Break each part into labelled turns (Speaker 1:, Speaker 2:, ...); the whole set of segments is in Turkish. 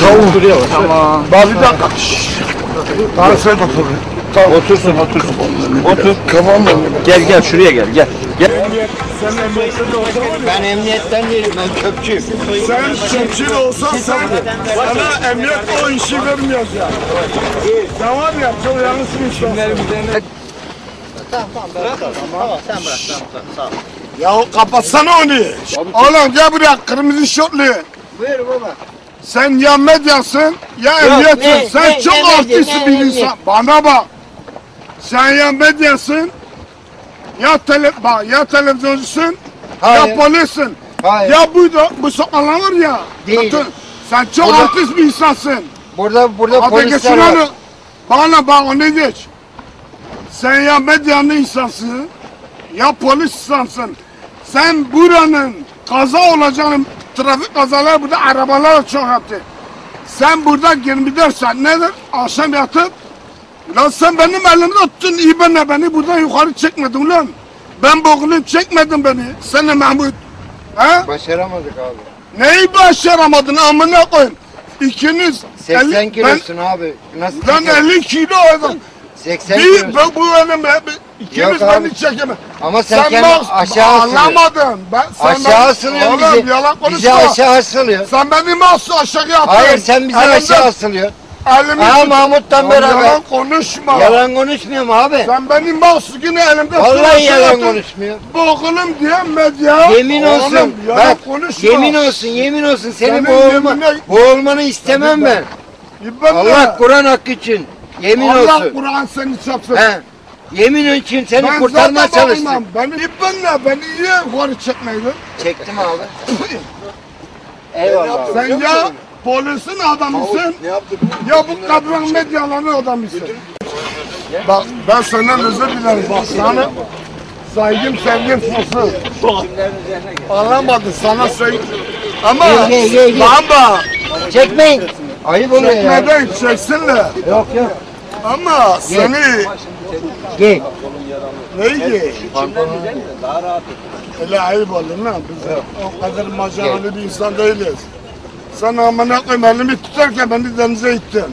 Speaker 1: Tavuk. Şuraya bak. Tamam.
Speaker 2: Bak bir dakika. Şşş. Abi sen otur. Tamam.
Speaker 1: Otursun otursun. Otur.
Speaker 2: Kafam da.
Speaker 1: Gel gel şuraya gel gel. Gel.
Speaker 3: Ben emniyetten değilim, ben köpçüyüm.
Speaker 2: Sen çiftçi olsan sen sana emniyet o işi vermiyor ya. Sen var ya çok yanlışsın işte. Yahu kapatsana onu. Oğlum gel buraya kırmızı şortlu.
Speaker 3: Buyur baba.
Speaker 2: Sen ya medyansın ya
Speaker 3: ne-
Speaker 2: emniyetsin. Sen
Speaker 3: ne-
Speaker 2: çok
Speaker 3: ne medya,
Speaker 2: artistsin
Speaker 3: ne
Speaker 2: bir
Speaker 3: emniyet?
Speaker 2: insan. Bana bak. Sen ya medyasın ya tele bak ya televizyoncusun ya
Speaker 3: Hayır.
Speaker 2: polissin.
Speaker 3: Hayır.
Speaker 2: Ya bu da- bu sokaklar var ya.
Speaker 3: Değil.
Speaker 2: bütün- Sen çok
Speaker 3: Burada-
Speaker 2: artist bir insansın.
Speaker 3: Burada burada
Speaker 2: Hadi geç
Speaker 3: polisler var.
Speaker 2: şunu. Bana bak onu geç. Sen ya medyanın insansın ya polis insansın. Sen buranın kaza olacağını trafik kazaları burada arabalar çok yaptı. Sen burada 24 saat nedir? Akşam yatıp lan sen benim elimde tuttun iyi bana beni buradan yukarı çekmedin lan. Ben boğulup çekmedin beni. Sen de Mahmut. He?
Speaker 3: Başaramadık abi.
Speaker 2: Neyi başaramadın amına koyayım? İkiniz
Speaker 3: 80
Speaker 2: elli- ben-
Speaker 3: kilosun abi. Nasıl
Speaker 2: Lan
Speaker 3: çeker?
Speaker 2: 50 kilo adam.
Speaker 3: 80
Speaker 2: Bir,
Speaker 3: kilosun.
Speaker 2: ben bu önüm hep ikimiz
Speaker 3: Yok abi.
Speaker 2: beni çekemez.
Speaker 3: Ama sen kendini
Speaker 2: bak-
Speaker 3: aşağı asılıyorsun.
Speaker 2: Anlamadın. Ben, sen
Speaker 3: Aşağı
Speaker 2: beni-
Speaker 3: asılıyorsun
Speaker 2: Oğlum,
Speaker 3: bizi.
Speaker 2: yalan
Speaker 3: Bizi
Speaker 2: konuşma.
Speaker 3: aşağı asılıyorsun.
Speaker 2: Sen beni nasıl aşağıya atıyorsun?
Speaker 3: Hayır sen bizi
Speaker 2: Elimden-
Speaker 3: aşağı asılıyorsun.
Speaker 2: elimi
Speaker 3: Aa
Speaker 2: tut-
Speaker 3: Mahmut'tan
Speaker 2: Oğlum,
Speaker 3: beraber.
Speaker 2: Yalan konuşma.
Speaker 3: Yalan konuşmuyorum abi.
Speaker 2: Sen beni mahsus yine elimde
Speaker 3: Vallahi yalan konuşmuyor.
Speaker 2: Boğulum diyemez ya.
Speaker 3: Yemin
Speaker 2: Oğlum,
Speaker 3: olsun.
Speaker 2: Yalan
Speaker 3: Bak
Speaker 2: konuşma.
Speaker 3: yemin olsun yemin olsun
Speaker 2: Senin
Speaker 3: seni boğulma,
Speaker 2: yemine-
Speaker 3: boğulmanı istemem ben.
Speaker 2: İbben de.
Speaker 3: Allah Kur'an hakkı için yemin
Speaker 2: Allah
Speaker 3: olsun.
Speaker 2: Kur'an seni çapsın.
Speaker 3: He. Yemin için seni
Speaker 2: Ben
Speaker 3: kurtarmaya
Speaker 2: zaten
Speaker 3: çalıştım.
Speaker 2: olmam. Beni İbben de beni niye yukarı çekmeydin?
Speaker 3: Çektim abi. Eyvallah. abi.
Speaker 2: Sen ya polisin adamısın ya bu kadının medyalarının adamısın. Bak ben senden özür dilerim bak sana saygım sevgim sonsuz. Anlamadın sana söyleyeyim. Ama
Speaker 3: Ye, ye, ye, ye.
Speaker 2: ama
Speaker 3: Çekmeyin. Ayıp oluyor ya.
Speaker 2: neden çeksinler
Speaker 3: Yok yok.
Speaker 2: ama seni
Speaker 3: Gel.
Speaker 2: neydi? Öyle ayıp olur lan biz o kadar maceralı bir insan değiliz. Sen amına koyayım elimi tutarken beni denize ittin.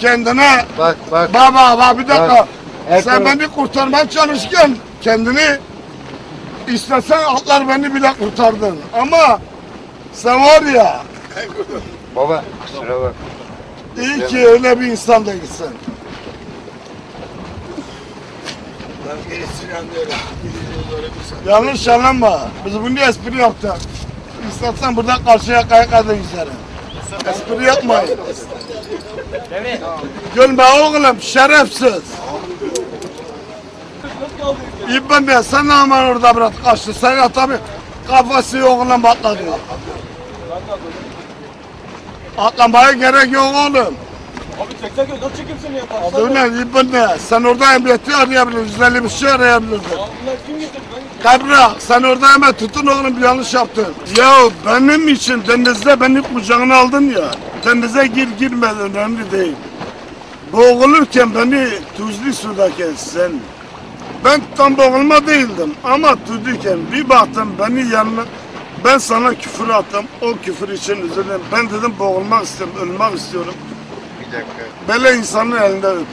Speaker 2: Kendine
Speaker 3: Bak bak.
Speaker 2: Baba baba bir dakika.
Speaker 3: Bak, Erkan-
Speaker 2: Sen beni kurtarmaya çalışırken kendini istesen atlar beni bile kurtardın. Ama sen var ya
Speaker 3: Baba kusura bak.
Speaker 2: iyi ki öyle bir insan değilsin. Yanlış anlama. Biz bunu espri yaptık. İstersen burada karşıya kayak kadar gidelim. Espri yapmayın. Gülme oğlum şerefsiz. İbben Bey sen ne aman orada bırak kaçtı. Sen ya tabi kafası oğlum atladı. Atlamaya gerek yok oğlum.
Speaker 4: Abi çeksen göz nasıl çekeyim seni ya? Baksana.
Speaker 2: Adı ne İbben Bey? Sen orada emniyeti arayabilirsin. Öyle bir şey arayabilirsin.
Speaker 4: Bunlar kim getirdi? Ben
Speaker 2: Kabra sen orada hemen tutun oğlum bir yanlış yaptın. Ya benim için denizde beni kucağına aldın ya. Denize gir girmeden önemli değil. Boğulurken beni tuzlu sudayken sen. Ben tam boğulma değildim ama tuzluyken bir baktım beni yanına. Ben sana küfür attım. O küfür için üzüldüm. Ben dedim boğulmak istiyorum, ölmek istiyorum.
Speaker 3: Bir dakika.
Speaker 2: Böyle insanın elinde öpülür.